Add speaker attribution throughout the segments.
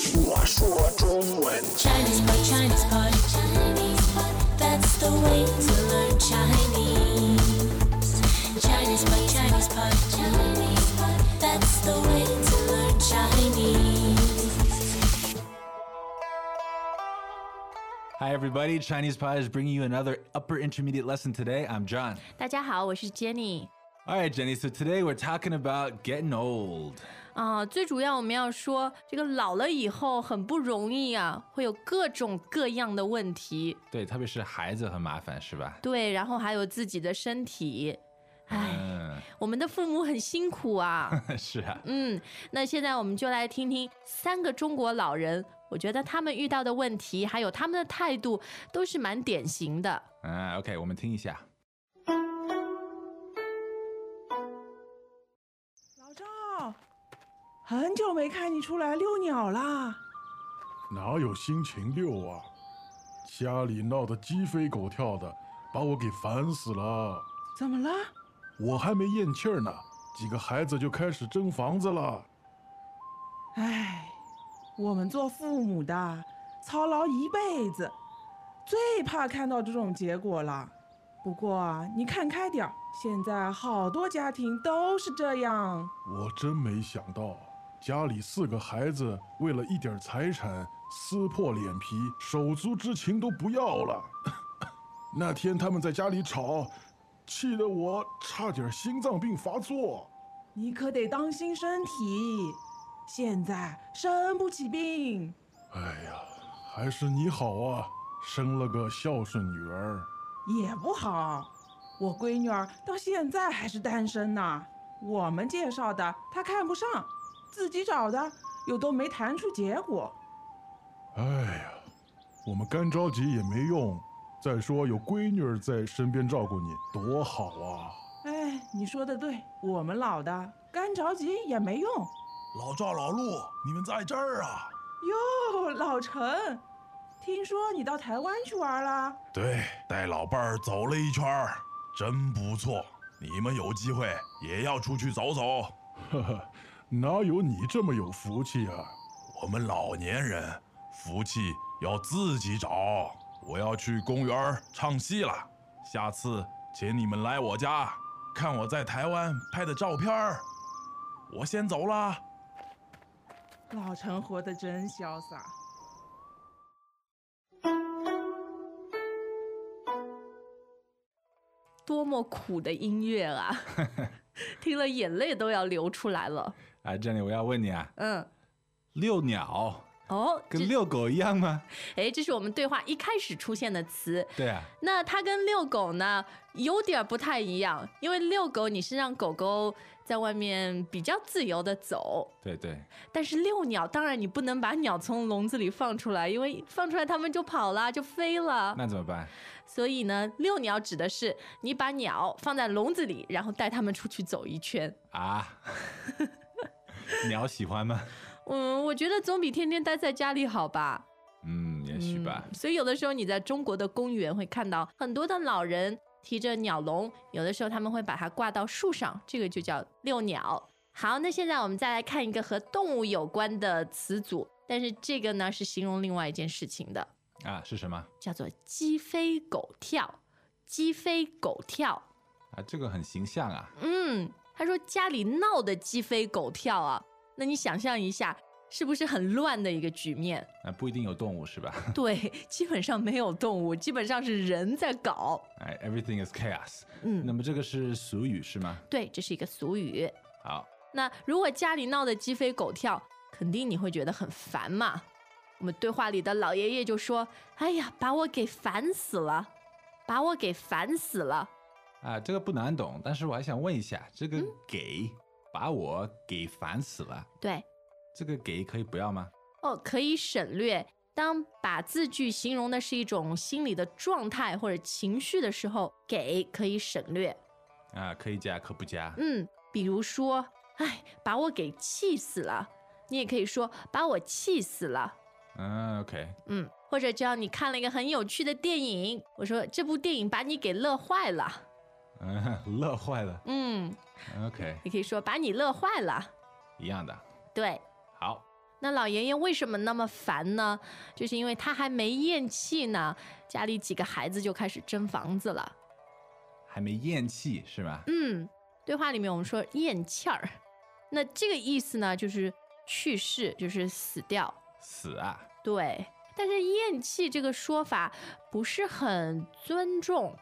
Speaker 1: 说中文。
Speaker 2: Chinese pot, Chinese pot, Chinese pot. That's the way to learn Chinese. Chinese pot, Chinese pot, Chinese pot. That's the way to learn Chinese.
Speaker 3: Hi, everybody. Chinese Pod is bringing you another upper intermediate lesson today. I'm John.
Speaker 4: 大家好，我是 Jenny。
Speaker 3: All right, Jenny. So today we're talking about getting old.
Speaker 4: 啊、最主要我们要说，这个老了以后很不容易啊，会有各种各样的问题。
Speaker 3: 对，特别是孩子很麻烦，是吧？
Speaker 4: 对，然后还有自己的身体。
Speaker 3: 嗯
Speaker 4: 唉， 我们的父母很辛苦啊。嗯，那现在我们就来听听三个中国老人，我觉得他们遇到的问题，还有他们的态度，都是蛮典型的。
Speaker 3: 是啊。嗯，OK，我们听一下。Hey,
Speaker 5: 老赵，很久没看你出来遛鸟啦。
Speaker 6: 哪有心情遛啊？家里闹得鸡飞狗跳的，把我给烦死了。
Speaker 5: 怎么了？
Speaker 6: 我还没咽气儿呢，几个孩子就开始争房子了。
Speaker 5: 唉，哎我们做父母的操劳一辈子，最怕看到这种结果了。不过啊，你看开点儿，现在好多家庭都是这样。
Speaker 6: 我真没想到，家里四个孩子为了一点财产撕破脸皮，手足之情都不要了。 那天他们在家里吵，气得我差点心脏病发作。
Speaker 5: 你可得当心身体，现在生不起病。
Speaker 6: 哎呀，还是你好啊，生了个孝顺女儿。
Speaker 5: 也不好。我闺女儿到现在还是单身呢，我们介绍的她看不上，自己找的又都没谈出结果。
Speaker 6: 哎呀，我们干着急也没用。再说有闺女儿在身边照顾你，多好啊！
Speaker 5: 哎，你说的对，我们老的干着急也没用。
Speaker 6: 老赵、老陆，你们在这儿啊？
Speaker 5: 哟，老陈，听说你到台湾去玩了？
Speaker 6: 对，带老伴儿走了一圈儿，真不错。你们有机会也要出去走走。呵呵， 哪有你这么有福气啊？我们老年人福气要自己找。我要去公园儿唱戏了，下次请你们来我家看我在台湾拍的照片儿。我先走啦。
Speaker 5: 老陈活得真潇洒。
Speaker 4: 多么苦的音乐啊，听了眼泪都要流出来了。
Speaker 3: 啊
Speaker 4: 嗯，哦，这 哎，这是我们对话一开始出现的词。
Speaker 3: 啊
Speaker 4: 那它跟遛狗呢有点不太一样，因为遛狗你是让狗狗在外面比较自由的走，但是遛鸟，当然你不能把鸟从笼子里放出来，因为放出来它们就跑啦，就飞了。所以呢，遛鸟指的是你把鸟放在笼子里，然后带它们出去走一圈。
Speaker 3: 啊
Speaker 4: 嗯，我觉得总比天天待在家里好吧。嗯所以有的时候你在中国的公园会看到很多的老人提着鸟笼，有的时候他们会把它挂到树上，这个就叫遛鸟。好，那现在我们再来看一个和动物有关的词组，但是这个呢是形容另外一件事情的，
Speaker 3: 啊
Speaker 4: 叫做鸡飞狗跳。鸡飞狗跳，
Speaker 3: 啊
Speaker 4: 嗯，他说家里闹得鸡飞狗跳啊，那你想象一下，是不是很乱的一个局面？
Speaker 3: 啊，这个很形象啊，啊，不一定有动物是吧？哎，everything
Speaker 4: 对，基本上没有动物，基本上是人在搞。
Speaker 3: 哎 is chaos。
Speaker 4: 嗯。
Speaker 3: 那么这个是俗语是吗？好，
Speaker 4: 对，这是一个俗语。那如果家里闹得鸡飞狗跳，肯定你会觉得很烦嘛。我们对话里的老爷爷就说：“哎呀，把我给烦死了，把我给烦死了。
Speaker 3: 啊，这个不难懂，但是我还想问一下，这
Speaker 4: 嗯
Speaker 3: 个给、把我给烦死了，”
Speaker 4: 对，
Speaker 3: 这个给可以不要吗？
Speaker 4: 哦，可以省略。当把字句形容的是一种心理的状态或者情绪的时候，给可以省略。
Speaker 3: 啊，可以加可不加？
Speaker 4: 嗯，比如说，哎，把我给气死了。你也可以说把我气死了。
Speaker 3: 嗯，OK，
Speaker 4: 嗯，或者只要你看了一个很有趣的电影，我说这部电影把你给乐坏了，
Speaker 3: 嗯， 乐坏了
Speaker 4: 嗯，
Speaker 3: ，OK，
Speaker 4: 你可以说把你乐坏了，
Speaker 3: 一样的。
Speaker 4: 对。
Speaker 3: 好，
Speaker 4: 那老爷爷为什么那么烦呢？就是因为他还没咽气呢，家里几个孩子就开始争房子了。
Speaker 3: 还没咽气是吧？
Speaker 4: 嗯，对话里面我们说咽气儿，那这个意思呢，就是去世，就是死掉。
Speaker 3: 死啊！
Speaker 4: 对，但是咽气这个说法不是很尊重，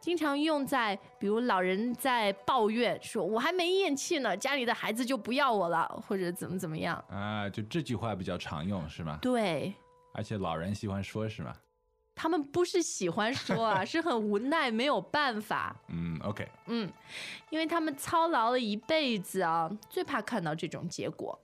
Speaker 4: 经常用在比如老人在抱怨说“我还没咽气呢，家里的孩子就不要我了”，或者怎么怎么样。
Speaker 3: 啊，就这句话比较常用是吗？
Speaker 4: 对，
Speaker 3: 而且老人喜欢说是吗？
Speaker 4: 他们不是喜欢说啊，是很无奈，没有办法。
Speaker 3: 嗯，OK，
Speaker 4: 嗯，因为他们操劳了一辈子啊，最怕看到这种结果。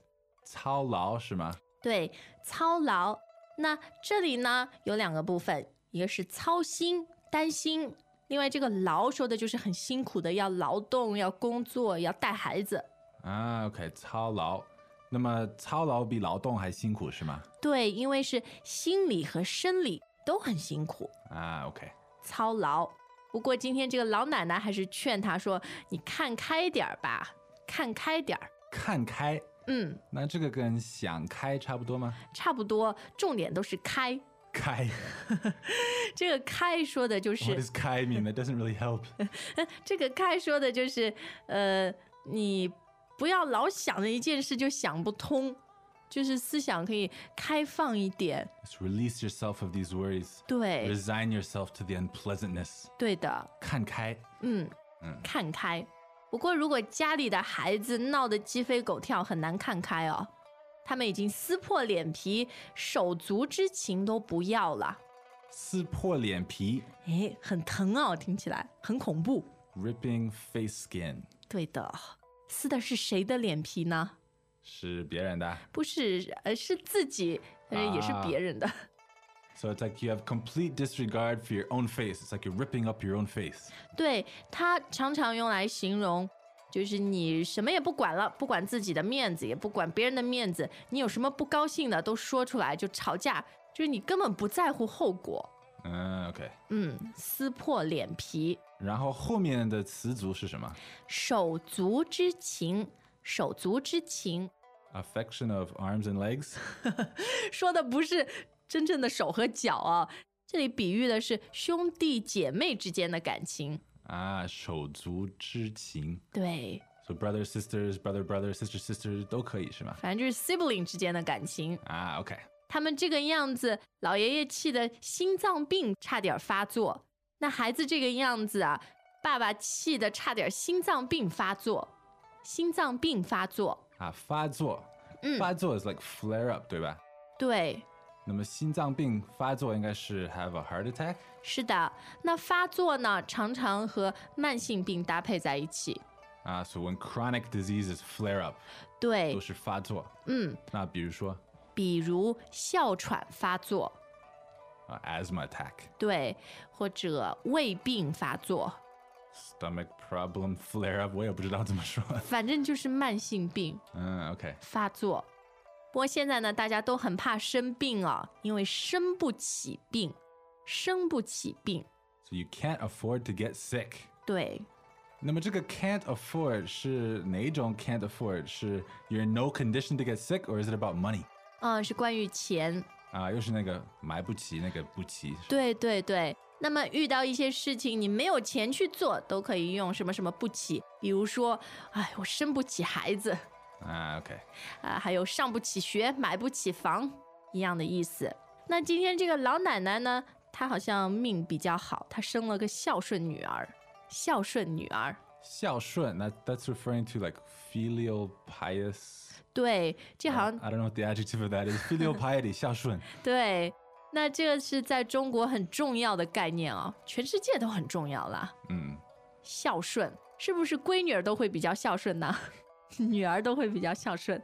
Speaker 3: 操劳是吗？
Speaker 4: 对，操劳。那这里呢有两个部分，一个是操心、担心，另外这个劳说的就是很辛苦的，要劳动，要工作，要带孩子。
Speaker 3: 啊，OK，操劳。那么操劳比劳动还辛苦是吗？
Speaker 4: 对，因为是心理和生理都很辛苦，
Speaker 3: 啊，OK，
Speaker 4: 操劳。不过今天这个老奶奶还是劝他说：“你看开点儿吧，看开点儿。
Speaker 3: 看开。”
Speaker 4: 嗯，
Speaker 3: 那这个跟想开差不多吗？
Speaker 4: 差不多，重点都是开。
Speaker 3: 开
Speaker 4: 这个开说的就
Speaker 3: ，What
Speaker 4: 是
Speaker 3: does 开 mean? That doesn't really help.
Speaker 4: 这个开说的就是，呃，你不要老想着一件事就想不通，就是思想可以开放一点。
Speaker 3: Just release yourself of these worries.
Speaker 4: 对，
Speaker 3: Resign yourself to the unpleasantness.
Speaker 4: 对的，
Speaker 3: 看开，
Speaker 4: 嗯，
Speaker 3: 嗯
Speaker 4: 看开。不过如果家里的孩子闹得鸡飞狗跳，很难看开哦。他们已经撕破脸皮，手足之情都不要了，
Speaker 3: 撕破脸皮
Speaker 4: 哎，很疼哦，听起来很恐怖。
Speaker 3: ，ripping face skin
Speaker 4: 对的，撕的是谁的脸皮呢？
Speaker 3: 是别人的。
Speaker 4: 不是，呃，是自己，但是也是别人的。
Speaker 3: So it's like you have complete disregard for your own face. It's like you're ripping up your own face.
Speaker 4: 对，它常常用来形容，就是你什么也不管了，不管自己的面子，也不管别人的面子，你有什么不高兴的都说出来，就吵架，就是你根本不在乎后果。
Speaker 3: 嗯，OK。
Speaker 4: 嗯，撕破脸皮，
Speaker 3: 然后后面的词组是什么
Speaker 4: 手足之情，手足之情，
Speaker 3: ？Affection of arms and legs.
Speaker 4: 说的不是真正的手和脚啊，这里比喻的是兄弟姐妹之间的感情。
Speaker 3: 啊，手足之情。
Speaker 4: 对，
Speaker 3: So brother sisters, brother brother, sister sister 都可以是吗？
Speaker 4: 反正就是 sibling 之间的感情。
Speaker 3: 啊，OK，
Speaker 4: 他们这个样子，老爷爷气得心脏病差点发作。那孩子这个样子啊，爸爸气得差点心脏病发作，心脏病发作。
Speaker 3: 啊，发作，
Speaker 4: 嗯
Speaker 3: 发作 is like flare up，对吧？
Speaker 4: 对，
Speaker 3: 那么心脏病发作应该是 have a heart attack。
Speaker 4: 是的。那发作呢，常常和慢性病搭配在一起。
Speaker 3: 啊，so Ah, when chronic diseases flare up，
Speaker 4: 对
Speaker 3: 都，是发作。
Speaker 4: 嗯，
Speaker 3: 那比如说
Speaker 4: 比如哮喘发作，
Speaker 3: 啊，asthma attack,
Speaker 4: 对，或者胃病发作，
Speaker 3: stomach problem flare up，我也不知道怎么说。
Speaker 4: 反正就是慢性病。
Speaker 3: 嗯，OK，
Speaker 4: 发作。不过现在呢，大家都很怕生病啊，因为生不起病，生不起病。
Speaker 3: so you can't afford to get sick。
Speaker 4: 对，
Speaker 3: 那么这个 can't afford 是哪种 can't afford？是 you're in no condition to get sick，or is it about money？
Speaker 4: 嗯，是关于钱。
Speaker 3: 啊，又是那个买不起那个不起，
Speaker 4: 对对对。那么遇到一些事情你没有钱去做，都可以用什么什么不起，比如说，哎，我生不起孩子
Speaker 3: 啊，OK，
Speaker 4: 啊，还有上不起学，买不起房一样的意思。那今天这个老奶奶呢，她好像命比较好，她生了个孝顺女儿，孝顺女儿。
Speaker 3: 孝顺，that that's referring to like filial pious。啊
Speaker 4: 对，这好像
Speaker 3: I don't know what the adjective of that is. Filial piety，孝顺。
Speaker 4: 对，那这个是在中国很重要的概念啊、全世界都很重要啦。
Speaker 3: 嗯，
Speaker 4: 孝顺是不是闺女儿都会比较孝顺呢？ 女儿都会比较孝顺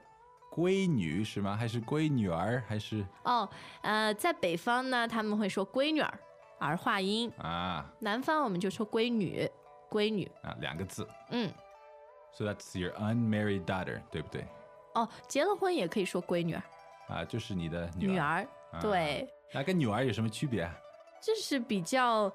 Speaker 3: 闺女是吗？还是闺女儿？还是
Speaker 4: 哦。呃，在北方呢，他们会说闺女儿，儿化音；
Speaker 3: 啊
Speaker 4: 南方我们就说闺女，闺女。
Speaker 3: 啊两个字
Speaker 4: 嗯，
Speaker 3: ？So that's your unmarried daughter，对不对？
Speaker 4: 哦，结了婚也可以说闺女儿，
Speaker 3: 啊，就是你的女儿。
Speaker 4: 女儿。
Speaker 3: 啊
Speaker 4: 对，
Speaker 3: 那跟女儿有什么区别啊？
Speaker 4: 这是比较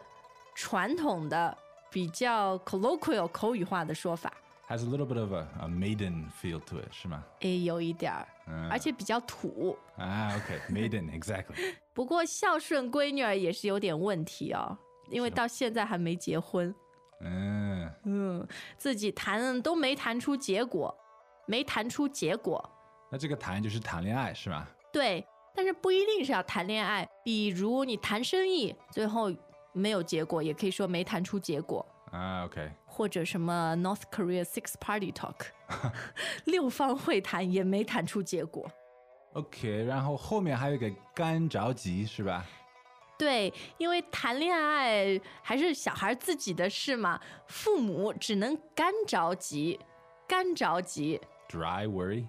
Speaker 4: 传统的、比较 colloquial 口语化的说法。
Speaker 3: has a little bit of a, a maiden feel to it, 是吗？
Speaker 4: 诶，有一点儿，
Speaker 3: 嗯
Speaker 4: 而且比较土。
Speaker 3: Ah, okay, maiden, exactly.
Speaker 4: 不过孝顺闺女儿也是有点问题哦，因为到现在还没结婚，
Speaker 3: 嗯，
Speaker 4: 嗯，自己谈都没谈出结果，没谈出结果，
Speaker 3: 那这个谈就是谈恋爱是吧？
Speaker 4: 对，但是不一定是要谈恋爱，比如你谈生意，最后没有结果，也可以说没谈出结果，
Speaker 3: 啊，OK，
Speaker 4: 或者什么 North Korea Six Party Talk，六方会谈也没谈出结果。
Speaker 3: OK，然后后面还有一个干着急是吧？
Speaker 4: 对，因为谈恋爱还是小孩自己的事嘛，父母只能干着急，干着急。
Speaker 3: Dry worry，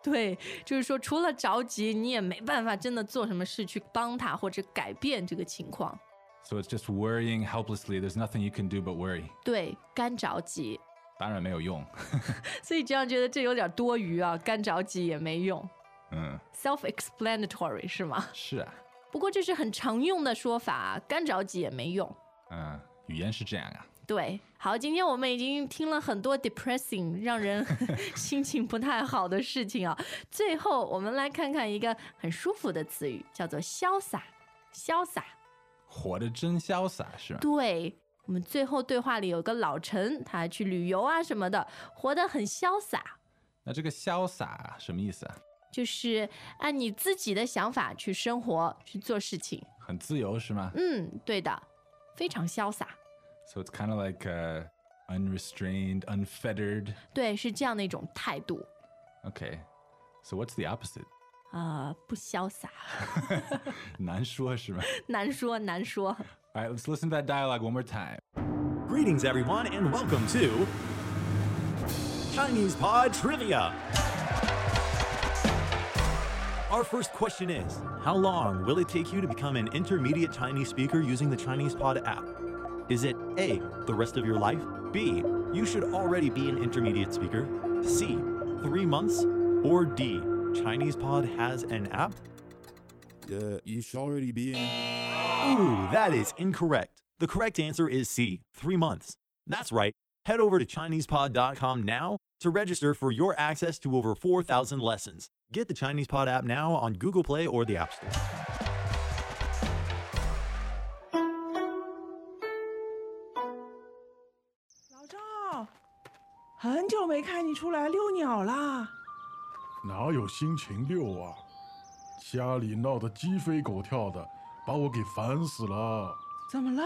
Speaker 4: 对，就是说，除了着急，你也没办法真的做什么事去帮他或者改变这个情况。
Speaker 3: so it's just worrying helplessly. There's nothing you can do but worry.
Speaker 4: 对，干着急，
Speaker 3: 当然没有用。
Speaker 4: 所以这样觉得这有点多余啊，干着急也没用
Speaker 3: 嗯，
Speaker 4: ，self-explanatory 是吗？
Speaker 3: 是啊，
Speaker 4: 不过这是很常用的说法，干着急也没用。
Speaker 3: 嗯，语言是这样啊。
Speaker 4: 对，好，今天我们已经听了很多 depressing 让人 心情不太好的事情啊。最后，我们来看看一个很舒服的词语，叫做潇洒。潇洒，
Speaker 3: 活得真潇洒是吧？
Speaker 4: 对我们最后对话里有个老陈，他还去旅游啊什么的，活得很潇洒，
Speaker 3: 那这个潇洒什么意思啊？
Speaker 4: 就是按你自己的想法去生活，去做事情。
Speaker 3: 很自由是吗
Speaker 4: 嗯，对的，非常潇洒。
Speaker 3: ？So it's kind of like uh, unrestrained, unfettered.
Speaker 4: 对，是这样的一种态度
Speaker 3: Okay. So what's the opposite?
Speaker 4: 啊、不潇洒，
Speaker 3: 难说是吧
Speaker 4: 难说难说。
Speaker 3: All right, let's listen to that dialogue one more time.
Speaker 1: Greetings, everyone, and welcome to Chinese Pod Trivia. Our first question is How long will it take you to become an intermediate Chinese speaker using the Chinese Pod app? Is it A, the rest of your life? B, you should already be an intermediate speaker? C, three months? Or D, Chinese Pod has an app?
Speaker 7: Uh, you should already be in.
Speaker 1: Ooh, that is incorrect. The correct answer is C, three months. That's right. Head over to ChinesePod.com now to register for your access to over 4,000 lessons. Get the Chinese Pod app now on Google Play or the App Store.
Speaker 5: 老赵，很久没看你出来遛鸟啦。
Speaker 6: 哪有心情遛啊？家里闹得鸡飞狗跳的，把我给烦死了。
Speaker 5: 怎么了？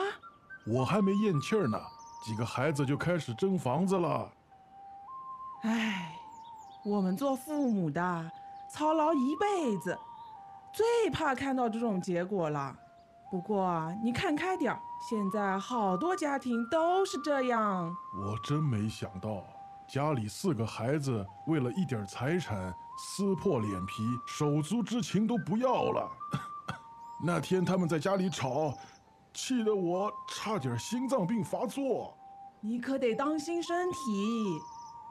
Speaker 6: 我还没咽气儿呢，几个孩子就开始争房子了。
Speaker 5: 唉，我们做父母的操劳一辈子，最怕看到这种结果了。不过啊，你看开点儿，现在好多家庭都是这样。
Speaker 6: 我真没想到，家里四个孩子为了一点财产撕破脸皮，手足之情都不要了。 那天他们在家里吵，气得我差点心脏病发作。
Speaker 5: 你可得当心身体，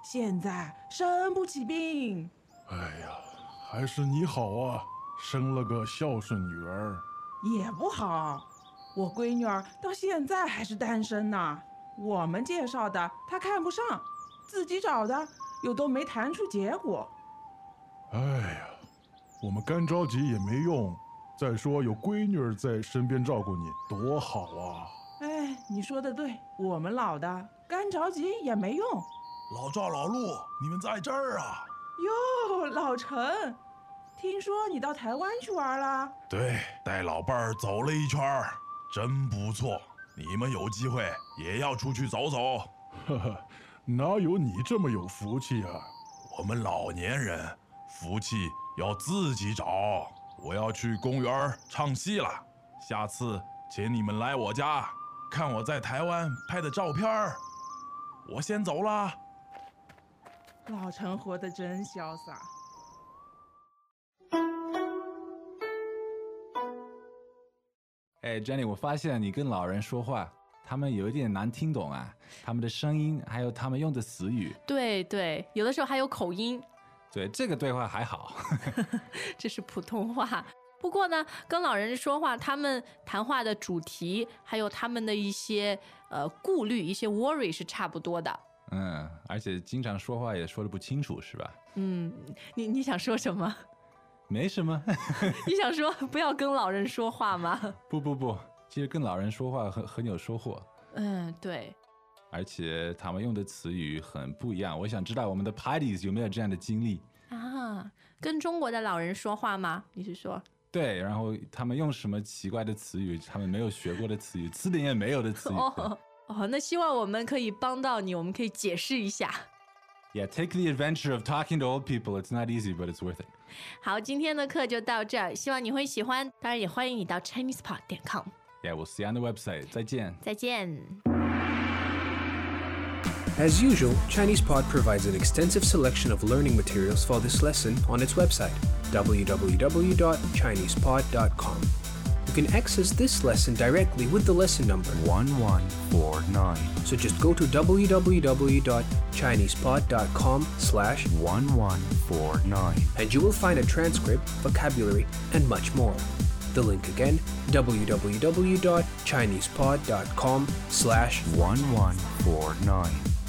Speaker 5: 现在生不起病。
Speaker 6: 哎呀，还是你好啊，生了个孝顺女儿。
Speaker 5: 也不好。我闺女儿到现在还是单身呢，我们介绍的她看不上，自己找的又都没谈出结果。
Speaker 6: 哎呀，我们干着急也没用。再说有闺女儿在身边照顾你，多好啊！
Speaker 5: 哎，你说的对，我们老的干着急也没用。
Speaker 6: 老赵、老陆，你们在这儿啊？
Speaker 5: 哟，老陈，听说你到台湾去玩了？
Speaker 6: 对，带老伴儿走了一圈儿，真不错。你们有机会也要出去走走。呵呵，哪有你这么有福气啊？我们老年人福气要自己找。我要去公园儿唱戏了，下次请你们来我家看我在台湾拍的照片儿。我先走啦。
Speaker 5: 老陈活得真潇洒。
Speaker 3: 哎，Jenny，我发现你跟老人说话，他们有一点难听懂啊，他们的声音还有他们用的词语。
Speaker 4: 对对，有的时候还有口音，
Speaker 3: 对，这个对话还好。
Speaker 4: 这是普通话。不过呢，跟老人说话，他们谈话的主题还有他们的一些呃顾虑、一些 worry 是差不多的。
Speaker 3: 嗯，而且经常说话也说的不清楚，是吧？
Speaker 4: 嗯，你你想说什么？
Speaker 3: 没什么，
Speaker 4: 你想说不要跟老人说话吗？
Speaker 3: 不不不，其实跟老人说话很很有收获，
Speaker 4: 嗯，对，
Speaker 3: 而且他们用的词语很不一样。我想知道我们的 parties 有没有这样的经历？
Speaker 4: 啊，跟中国的老人说话吗？你是说？
Speaker 3: 对，然后他们用什么奇怪的词语，他们没有学过的词语，词典也没有的词语。
Speaker 4: 哦哦，那希望我们可以帮到你，我们可以解释一下。
Speaker 3: Yeah, take the adventure of talking to old people. It's not easy, but it's worth it.
Speaker 4: 好，今天的课就到这儿，希望你会喜欢，当然也欢迎你到 ChinesePod 点 com，
Speaker 3: Yeah, we'll see you on the website. 再见。
Speaker 4: 再见。
Speaker 8: As usual, ChinesePod provides an extensive selection of learning materials for this lesson on its website, www.chinesepod.com. You can access this lesson directly with the lesson number,
Speaker 9: 1149.
Speaker 8: so just go to www.chinesepod.com slash
Speaker 9: 1149.
Speaker 8: and you will find a transcript, vocabulary, and much more. The link again, www.chinesepod.com slash
Speaker 9: 1149.